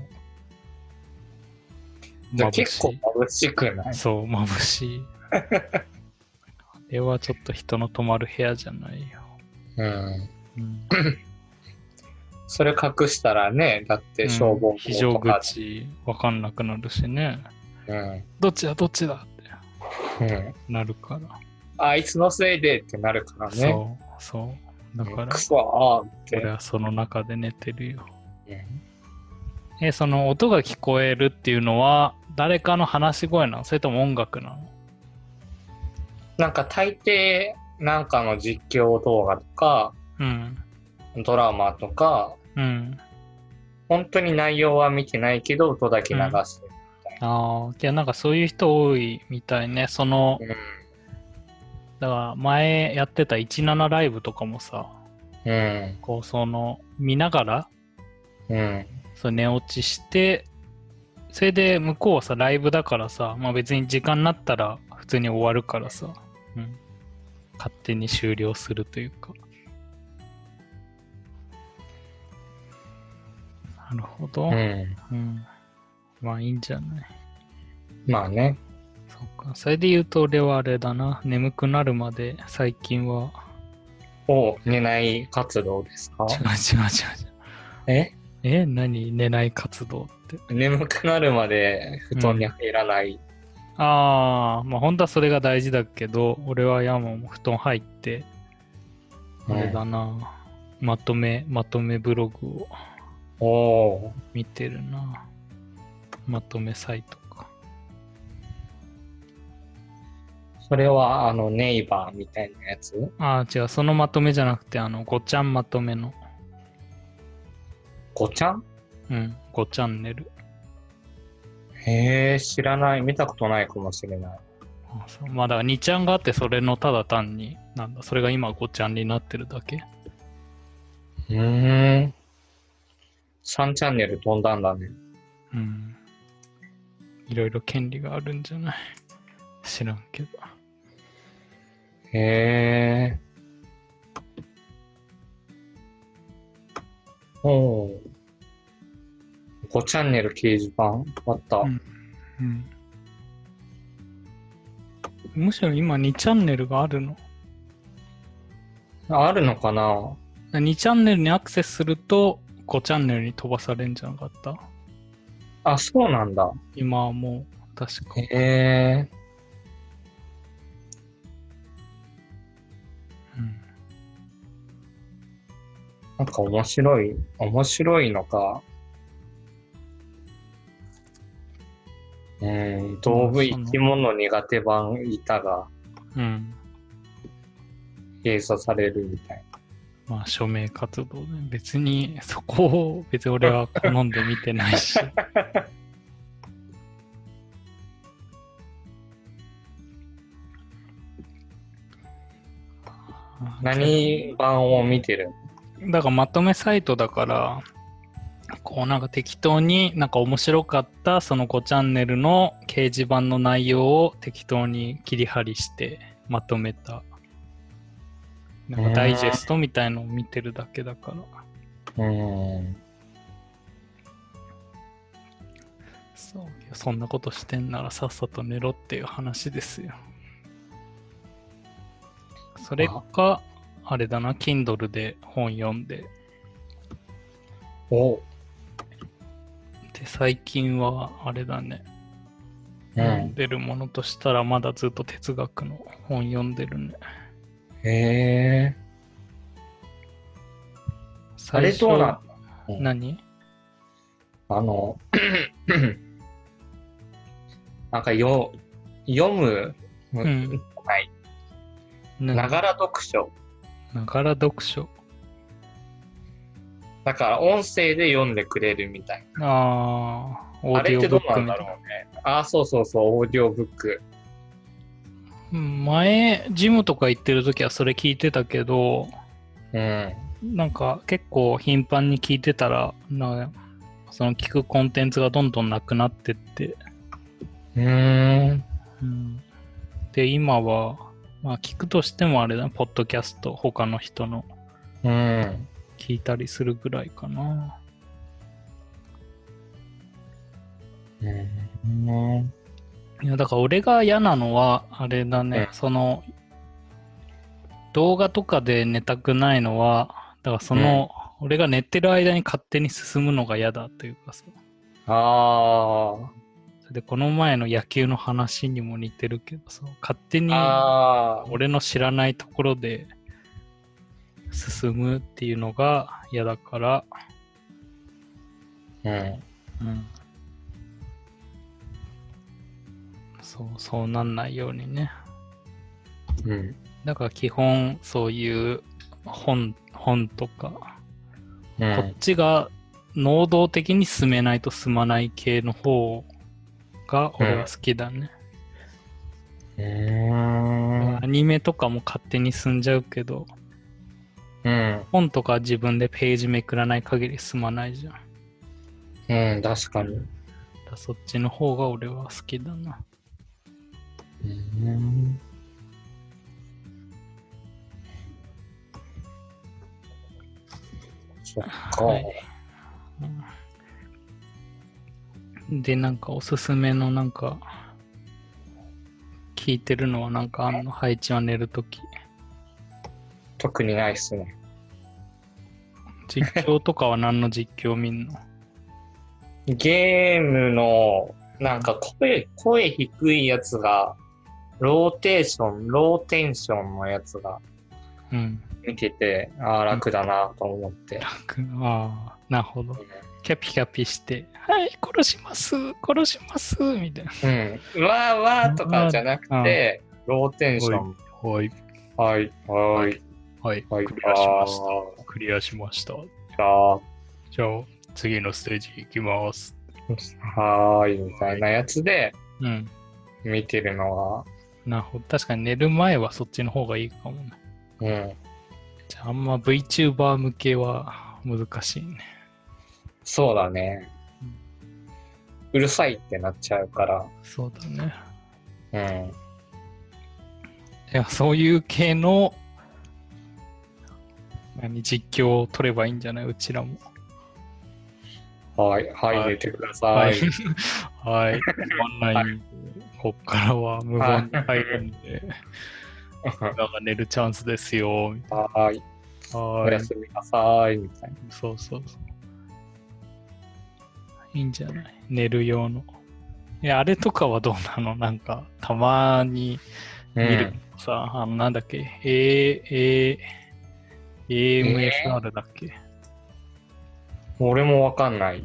S2: ーじゃあ
S1: 眩しい
S2: 結構眩しくない
S1: そう、眩しい。あれはちょっと人の泊まる部屋じゃないよ。
S2: うん。
S1: うん
S2: それ隠したらね、だって消防
S1: うん非常
S2: とか、
S1: 口わかんなくなるしね
S2: うん、
S1: どっちだどっちだって
S2: うん。
S1: なるから、
S2: あいつのせいでってなるからね。
S1: そうそうだから
S2: くそーっ
S1: 俺
S2: て。
S1: はその中で寝てるよ
S2: うん
S1: えその音が聞こえるっていうのは誰かの話し声なのそれとも音楽なの
S2: なんか大抵、なんかの実況動画とか、
S1: うん
S2: ドラマとか、
S1: うん
S2: 本当に内容は見てないけど、音だけ流す。
S1: ああいやなんかそういう人多いみたいねその
S2: うん。
S1: だから前やってた17ライブとかもさ
S2: うん。
S1: こうその見ながら
S2: うん。
S1: そう寝落ちしてそれで向こうはさライブだからさ、まあ、別に時間になったら普通に終わるからさ、うん、勝手に終了するというかなるほど、
S2: うん。
S1: うんまあいいんじゃない
S2: まあね。
S1: そうか。それで言うと俺はあれだな。眠くなるまで最近は。
S2: を寝ない活動ですか
S1: 違う違う違う
S2: え
S1: 違う。え何寝ない活動って。
S2: 眠くなるまで布団に入らない。
S1: ああ、まあ本当はそれが大事だけど、俺はヤモン布団入って、あれだな。まとめ、まとめブログを
S2: おお
S1: 見てるな。まとめサイトか。
S2: ー。それは、あの、ネイバーみたいなやつ
S1: ああ、違う。そのまとめじゃなくて、あの、ごちゃんまとめの。
S2: ごちゃん
S1: うん、5チャンネル。
S2: へえ、知らない。見たことないかもしれない。
S1: あそうまあだから2ちゃんがあってそれのただ単になんだそれが今5ちゃんになってるだけ
S2: うーん。3チャンネル飛んだんだね。
S1: うんいろいろ権利があるんじゃない知らんけど
S2: へえ。おお。5チャンネル掲示板あった。
S1: うん、うん、むしろ今2チャンネルがあるの
S2: あるのかな
S1: 2チャンネルにアクセスすると5チャンネルに飛ばされんじゃなかった
S2: あ、そうなんだ。
S1: 今はもう確か
S2: へえ。
S1: うん
S2: なんか面白い、面白いのか。うーん、道具
S1: まあその
S2: 生き物苦手版板が
S1: うん
S2: 閉鎖されるみたい
S1: まあ署名活動ね別にそこを別に俺は好んで見てない し
S2: な。何版を見てる
S1: だからまとめサイトだからこうなんか適当になんか面白かったその5チャンネルの掲示板の内容を適当に切り張りしてまとめたなんかダイジェストみたいのを見てるだけだから
S2: うーん。
S1: そうそんなことしてんならさっさと寝ろっていう話ですよ。それか、あれだな、Kindle で本読んで。
S2: おう
S1: で、最近はあれだね、読ん
S2: ん。
S1: でるものとしたら、まだずっと哲学の本読んでるね。
S2: へえ。あ
S1: 最
S2: れ
S1: 初
S2: どうなの
S1: 何
S2: あの、 なんかよ読む、
S1: ん
S2: はい。な
S1: な
S2: がら読書。
S1: ながら読書。
S2: だから音声で読んでくれるみたい
S1: ああ、オ
S2: な。
S1: ー
S2: あ
S1: ディ
S2: れって
S1: オブッ
S2: どうな
S1: ク
S2: ん
S1: み
S2: だ
S1: たいな。
S2: ろうね。あ、そうそうそう、オーディオブック。
S1: 前、ジムとか行ってる時はそれ聞いてたけど、
S2: うん。
S1: なんか結構頻繁に聞いてたらなその聞くコンテンツがどんどんなくなってって、
S2: うーん。
S1: うんで今は、まあ、聞くとしてもあれだねポッドキャスト他の人の
S2: うん。
S1: 聞いたりするぐらいかな
S2: うん。
S1: いやだから俺が嫌なのはあれだね、
S2: うん
S1: その動画とかで寝たくないのはだからその、俺が寝てる間に勝手に進むのが嫌だというかさ
S2: あ
S1: それでこの前の野球の話にも似てるけどそう勝手に
S2: あ。ああ。
S1: 俺の知らないところで進むっていうのが嫌だから、
S2: うん。
S1: うん、そうそうなんないようにね
S2: うん。
S1: だから基本そういう本本とか、
S2: う
S1: こっちが能動的に進めないと進まない系の方が俺は好きだね、
S2: ん
S1: ア。ニメとかも勝手に進んじゃうけど、
S2: うん。
S1: 本とか自分でページめくらない限り進まないじゃん。だ
S2: うん。確かに。
S1: からそっちの方が俺は好きだな。
S2: うん。そっか。
S1: はいうんで、なんかおすすめのなんか、聞いてるのはなんかあんの配置は寝るとき。
S2: 特にないっすね。
S1: 実況とかは何の実況見ん の
S2: ゲームの、なんか声、声低いやつが、ローテーション、ローテンションのやつが
S1: うん。
S2: 見てて、ああ、楽だなと思って。
S1: ああ、なるほど。キャピキャピして、はい、殺します、殺します、みたいな。
S2: うん。わーわーとかじゃなくて、ローテンション。
S1: はい、
S2: はい、はい、
S1: はい、
S2: はい、
S1: クリアしまし
S2: あ
S1: た。クリアしました。
S2: ー
S1: じゃあ、次のステージ行きます。
S2: はーい、みたいなやつで
S1: うん。
S2: 見てるの
S1: なるほど。確かに寝る前はそっちの方がいいかもね。
S2: が、うん。
S1: じゃあ、あんま VTuber 向けは難しいね。
S2: そうだね。うるさいってなっちゃうか
S1: そうだね。
S2: ら、うん。
S1: いや、そういう系の、何、実況を取ればいいんじゃないうちらも。
S2: はい、は、
S1: はいい
S2: 出てください。。
S1: はい。オンライン、こっからは無言に入るんで、
S2: は
S1: なんか寝るチャンスですよ。
S2: ーい、お
S1: は
S2: や
S1: い。
S2: すみなさい、みたいな。
S1: そうそうそう。いいんじゃない寝る用の。いや、あれとかはどうなのなんか、たまに見るけどさ、あの、なんだっけ、A、A、AMSR だっけ、い
S2: うん俺もわかんない。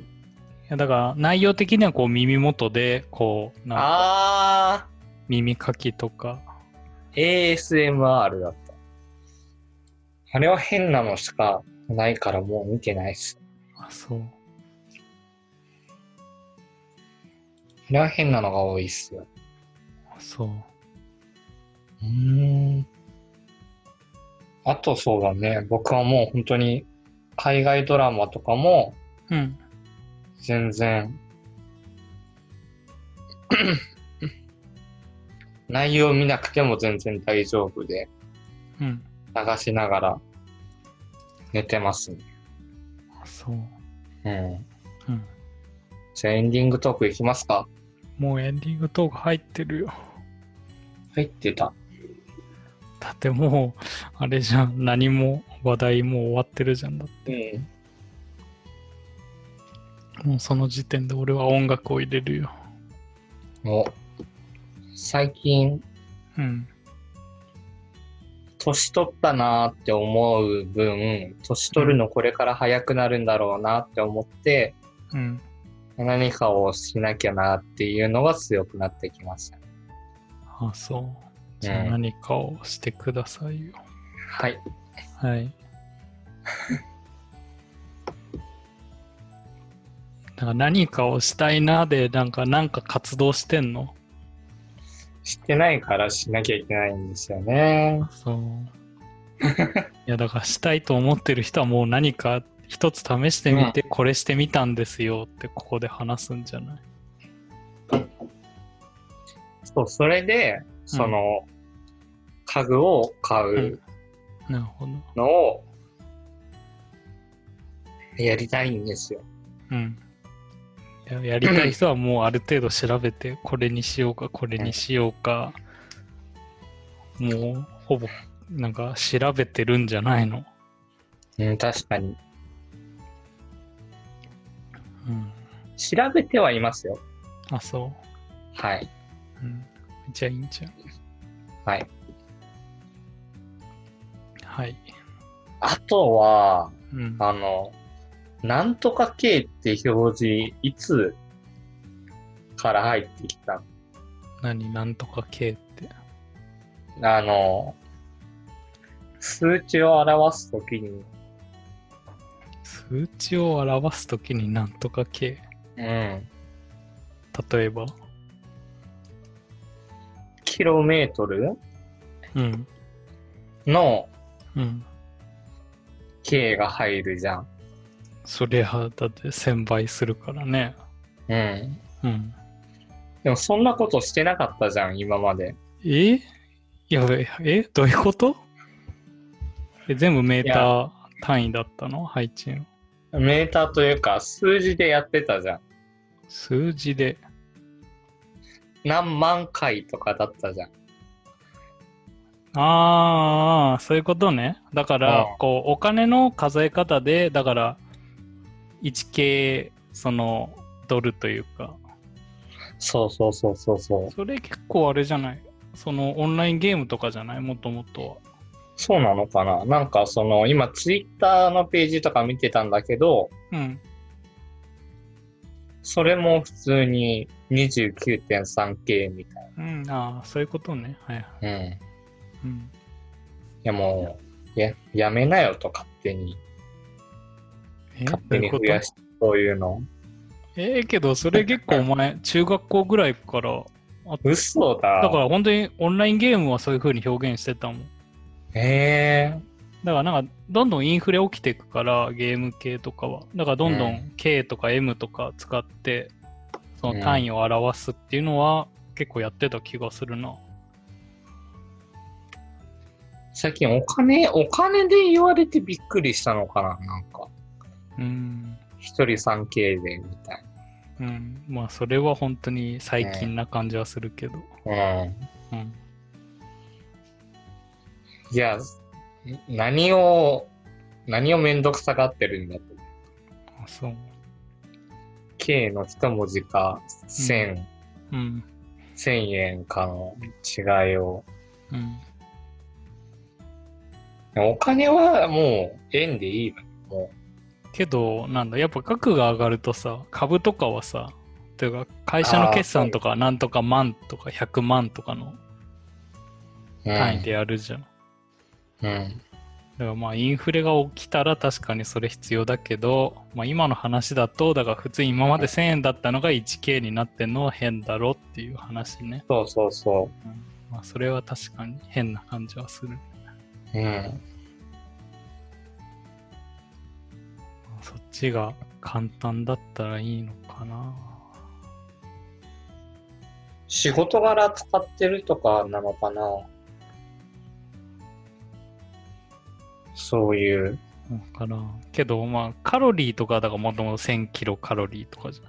S1: や、だから、内容的にはこう、耳元で、こう、なんか、
S2: あ
S1: 耳かきとか、
S2: ー、ASMR だった。あれは変なのしかないからもう見てないっす。
S1: あ、そう。
S2: あれは変なのが多いっすよ。
S1: あそう。
S2: うーん。あとそうだね、僕はもう本当に海外ドラマとかも
S1: うん。
S2: 全然 内容見なくても全然大丈夫で
S1: うん。
S2: 流しながら寝てますね。
S1: あそう。
S2: うん。
S1: うん。
S2: じゃあエンディングトークいきますか
S1: もうエンディングトーク入ってるよ。
S2: 入ってた。
S1: だってもう、あれじゃん、何も話題もう終わってるじゃんだっ
S2: うん。
S1: て。もうその時点で俺は音楽を入れるよ。
S2: もう、最近
S1: うん。
S2: 年取ったなーって思う分、年取るのこれから早くなるんだろうなって思って、
S1: うん。
S2: 何かをしなきゃなっていうのが強くなってきました。
S1: あ、そう。じゃあ何かをしてくださいよ。
S2: はい。
S1: はい。なんか何かをしたいなで、なんか、なんか活動してんの
S2: してないからしなきゃいけないんですよね。
S1: そう。いやだからしたいと思ってる人はもう何か一つ試してみて、これしてみたんですよってここで話すんじゃない
S2: そう、それで、その、家具を買う
S1: なるほど。
S2: のを、やりたいんですよ。
S1: うん。いややりたい人はもうある程度調べて、これにしようか、これにしようか、もうほぼなんか調べてるんじゃないの
S2: うん、確かに。
S1: うん。
S2: 調べてはいますよ。
S1: あ、そ
S2: はい。
S1: う。うん。じゃあいいんじゃん。
S2: はい。
S1: はい。
S2: あとは、
S1: うん。
S2: あの、なんとか系って表示、いつから入ってきた
S1: 何、なんとか系って。
S2: あの、数値を表すときに、
S1: 数値を表すときになんとか系。
S2: うん、
S1: 例えば。
S2: キロメートル
S1: うん。
S2: の
S1: うん。
S2: K が入るじゃん。
S1: そりゃ、だって1000倍するからね。
S2: うん。
S1: うん。
S2: でもそんなことしてなかったじゃん、今まで。
S1: えやべえ、どういうことえ全部メーター単位だったの配置の。
S2: メーターというか、数字でやってたじゃん。
S1: 数字で、
S2: 何万回とかだったじゃん。
S1: ああ、そういうことね。だから、
S2: うん
S1: こう、お金の数え方で、だから、1K、その、ドルというか、
S2: そうそうそうそうそう。
S1: それ結構あれじゃないその、オンラインゲームとかじゃないもともと
S2: そうなのかななんかその、今ツイッターのページとか見てたんだけど、
S1: は。うん。
S2: それも普通に 29.3K みたい
S1: うん、ああ、そういうことね。はいはい。
S2: な。うん。い
S1: うん、
S2: やもう、や、やめなよと勝手に、
S1: え
S2: 勝
S1: ど
S2: 手
S1: ういう
S2: に
S1: こ
S2: 増
S1: と
S2: やして、そういうの。
S1: ええけど、それ結構お前、中学校ぐらい から、
S2: 嘘だ。
S1: だから本当にオンラインゲームはそういう風に表現してたもん。
S2: ら。へえ
S1: だからなんか、どんどんインフレ起きていくから、ゲーム系とかは。だからどんど
S2: うん
S1: K とか M とか使って、そ
S2: うん
S1: の単位を表すっていうのは、結構やってた気がするな。
S2: 最近お金、お金で言われてびっくりしたのかななんか。
S1: うん。
S2: 一人 3K で、みたい
S1: うん。まあ、それは本当に最近な感じはするけど。
S2: な。うん。
S1: うん。
S2: いや、何を、何をめんどくさがってるんだと。
S1: あそう。
S2: K の一文字か、千、
S1: うん。
S2: 千円かの違いを。
S1: うん。
S2: お金はもう円でいいわ。も
S1: けど、なんだ、やっぱ額が上がるとさ、株とかはさ、というか、会社の決算とか、なんとか万とか100万とかの
S2: う。うん
S1: 単位でやるじゃん。
S2: うん。
S1: だからまあインフレが起きたら確かにそれ必要だけど、まあ、今の話だとだから普通に今まで1000円だったのが 1K になってんのは変だろっていう話ね、
S2: そうそうそ
S1: まあ、それは確かに変な感じはする、ま
S2: う。うん。
S1: あそっちが簡単だったらいいのかな
S2: 仕事柄使ってるとかなのかなそういう。
S1: だからんけどまあカロリーとかだからもともと1000キロカロリーとかじ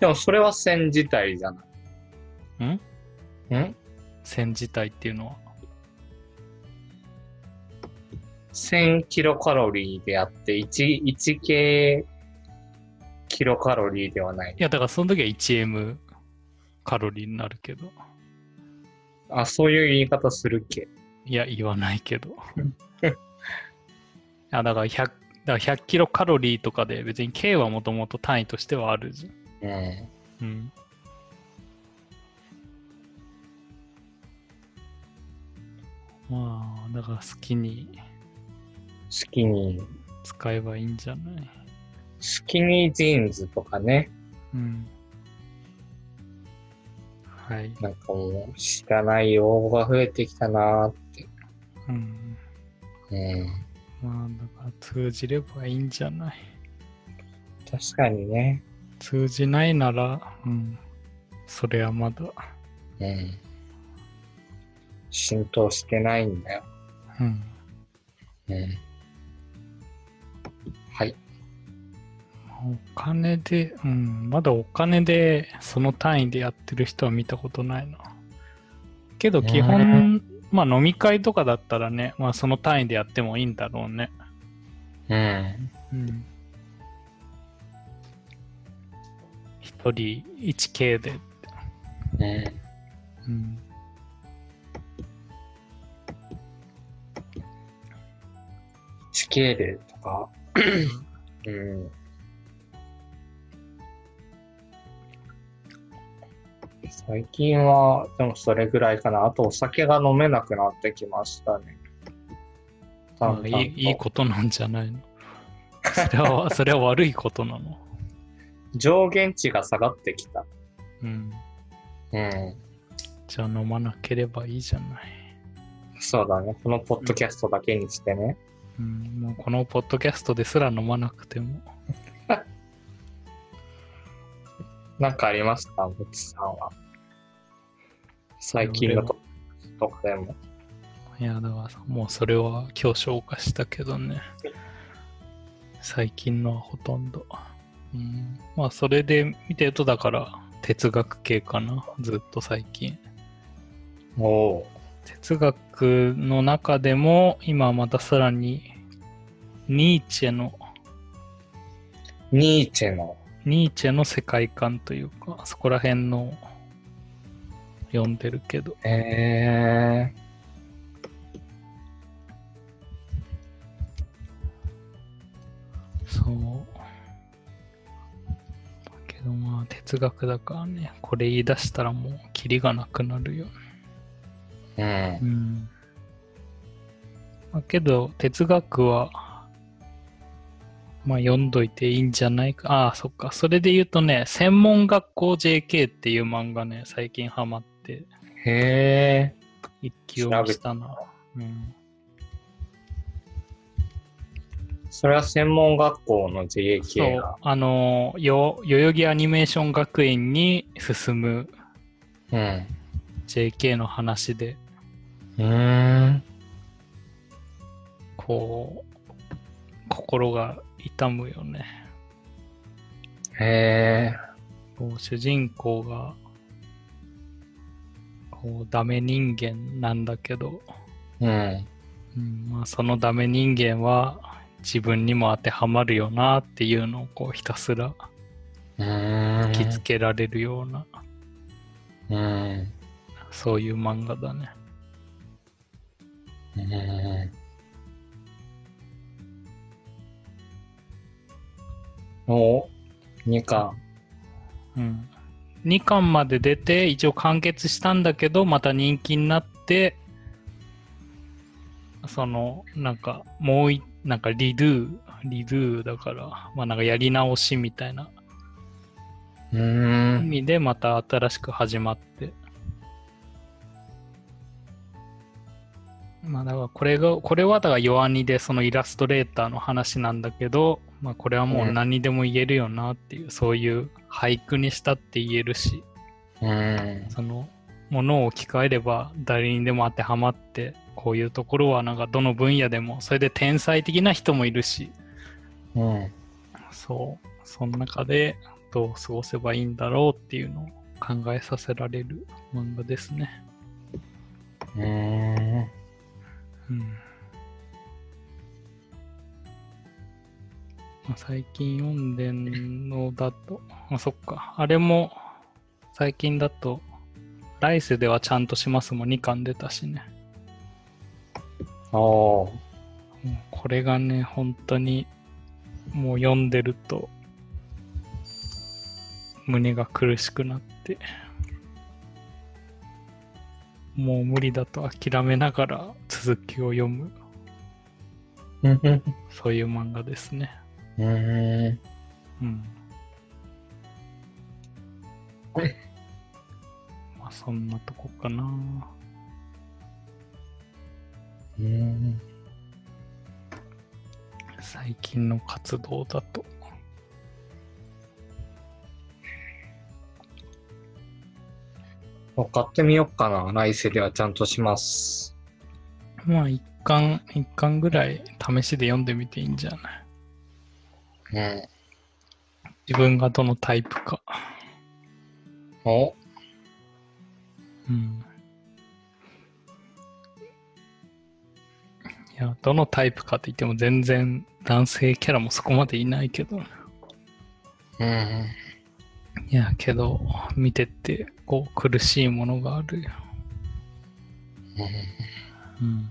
S2: でもそれは線自体じゃない。
S1: ん
S2: ん
S1: ゃん1000自体っていうのは
S2: 1000キロカロリーであって、1、1系キロカロリーではない
S1: い。やだからその時は 1M カロリーになるけど
S2: あ、そういう言い方するっけ
S1: いや、言わない けど。あだから100、だから100キロカロリーとかで、別に K はもともと単位としてはあるじ
S2: うん。
S1: ゃん。うん。まあ、だから好きに
S2: スキニー。
S1: 使えばいいんじゃない
S2: スキニージーンズとかね。
S1: うん。はい。
S2: なんかもう、知らない用語が増えてきたな
S1: うん。
S2: ーうん。
S1: まあ、だから通じればいいんじゃない
S2: 確かにね。
S1: 通じないなら、うん。それはまだ。
S2: うん。浸透してないんだよ。
S1: うん。
S2: うん。はい。
S1: お金で、うん、まだお金でその単位でやってる人は見たことないな。けど基本、
S2: うん
S1: まあ飲み会とかだったらね、まあその単位でやってもいいんだろうね。
S2: うん。
S1: うん。一人 1K で。
S2: うん。
S1: うん。
S2: 地形例とか。うん。最近は、でもそれぐらいかな。あとお酒が飲めなくなってきましたね。
S1: まあいいいいことなんじゃないのそれは、それは悪いことなの。
S2: 上限値が下がってきた。
S1: うん。
S2: うん。
S1: じゃあ飲まなければいいじゃない。
S2: そうだね。このポッドキャストだけにしてね。
S1: うん、もうこのポッドキャストですら飲まなくても。
S2: なんかありますかむつさんは。最近のととかでも。
S1: いや、だからさもうそれは今日消化したけどね。最近のはほとんど。うん、まあそれで見てるとだから哲学系かなずっと最近
S2: おお
S1: 哲学の中でも今またさらにニーチェの
S2: ー。ニーチェの。
S1: ニーチェの世界観というかそこら辺の読んでるけど
S2: へえ
S1: そうだけどまあ哲学だからねこれ言い出したらもうキリがなくなるよ
S2: ー。うん。
S1: うんまあ、けど哲学はまあ読んどいていいんじゃないかああそっかそれで言うとね「専門学校 JK」っていう漫画ね最近ハマって
S2: へえ
S1: 一気読みしたな、うん、
S2: それは専門学校の JK
S1: そう
S2: が。
S1: あのよ代々木アニメーション学園に進む
S2: うん。
S1: JK の話で
S2: うーん。
S1: こう心が痛むよね
S2: へえ
S1: こう主人公がこうダメ人間なんだけど、
S2: うん。
S1: うんまあ、そのダメ人間は自分にも当てはまるよなっていうのをこうひたすら
S2: う
S1: 突きつ
S2: ー
S1: けられるような、
S2: ん。うん。
S1: そういう漫画だね。
S2: うんお二巻。
S1: うん、2巻まで出て一応完結したんだけどまた人気になってそのなんかもういなんかリドゥリドゥだからまあなんかやり直しみたいな
S2: うー
S1: 意
S2: ん。
S1: 味でまた新しく始まって。まあだからこれが、これはだから弱にでそのイラストレーターの話なんだけど、まあこれはもう何でも言えるよなっていう、そういう俳句にしたって言えるし、
S2: うん。
S1: そのものを置き換えれば誰にでも当てはまって、こういうところはなんかどの分野でも、それで天才的な人もいるし、
S2: うん。
S1: そう、その中でどう過ごせばいいんだろうっていうのを考えさせられる漫画ですね。
S2: うーん。
S1: うんまあ最近読んでんのだと、あ、そっか、あれも最近だと、来世ではちゃんとしますも2巻出たしね。
S2: おー
S1: もうこれがね、本当にもう読んでると胸が苦しくなって、もう無理だと諦めながら続きを読む、
S2: うんうん
S1: そういう漫画ですね。
S2: うん
S1: うん。まあそんなとこかな。
S2: うん
S1: 最近の活動だと。
S2: 買ってみようかな。来世ではちゃんとします。
S1: まあ一巻、一巻ぐらい試しで読んでみていいんじゃない
S2: うん。
S1: 自分がどのタイプか。
S2: お
S1: うん。いや、どのタイプかって言っても全然男性キャラもそこまでいないけど。
S2: うん。
S1: いや、けど、見てて、こう、苦しいものがあるよ。うん。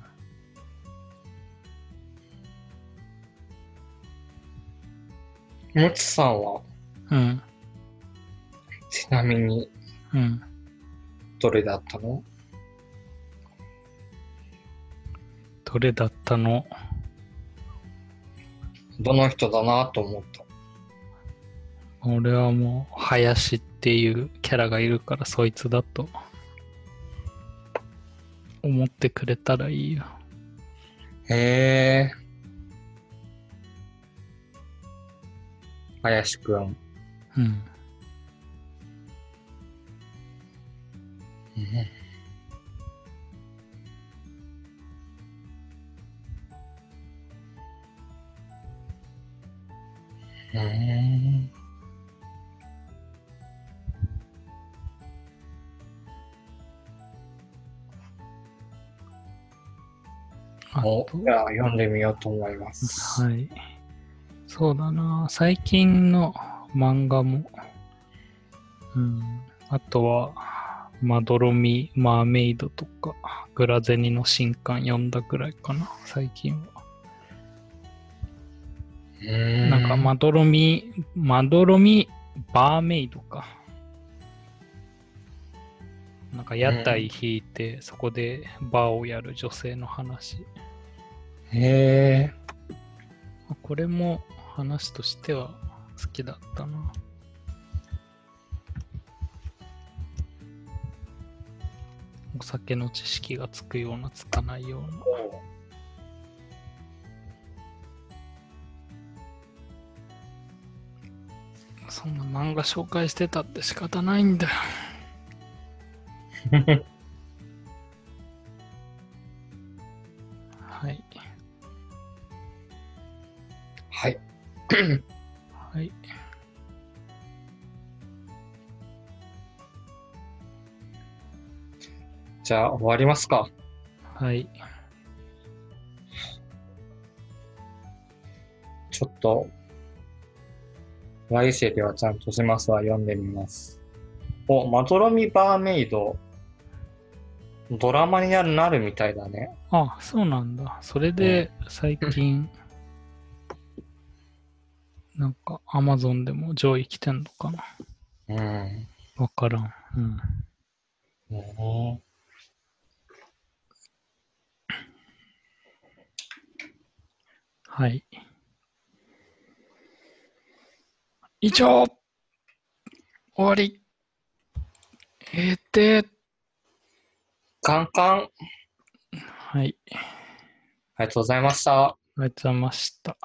S2: もちさんは、
S1: うん。
S2: ちなみに、
S1: うん。
S2: どれだったの
S1: どれだったの
S2: どの人だなと思った。
S1: 俺はもう、林っていうキャラがいるから、そいつだと。思ってくれたらいいよ。
S2: へえ。林く ん。
S1: うん。
S2: うん。
S1: あ
S2: を
S1: と
S2: じゃあ読んでみようと思います。
S1: はい。そうだな、最近の漫画も、うん、あとは、まどろみ、マーメイドとか、グラゼニの新刊読んだくらいかな、最近は。
S2: な
S1: なんか、まどろみ、まどろみ、バーメイドか。なんか、屋台引いて、そこでバーをやる女性の話。
S2: へえ。
S1: これも話としては好きだったな。お酒の知識がつくようなつかないような。そんな漫画紹介してたって仕方ないんだよ。はい。
S2: はい。
S1: はい。
S2: じゃあ終わりますか。
S1: はい。
S2: ちょっと、来世ではちゃんとしますわ。読んでみます。お、まどろみバーメイド。ドラマになるなるみたいだね。
S1: あ、そうなんだ。それで最近、なんか Amazon でも上位来てんのかな
S2: うん。
S1: わからん。うん。
S2: うん
S1: はい。以上終わりえー、で、
S2: カンカン、あり
S1: はい。
S2: がとうございました。
S1: ありがとうございました。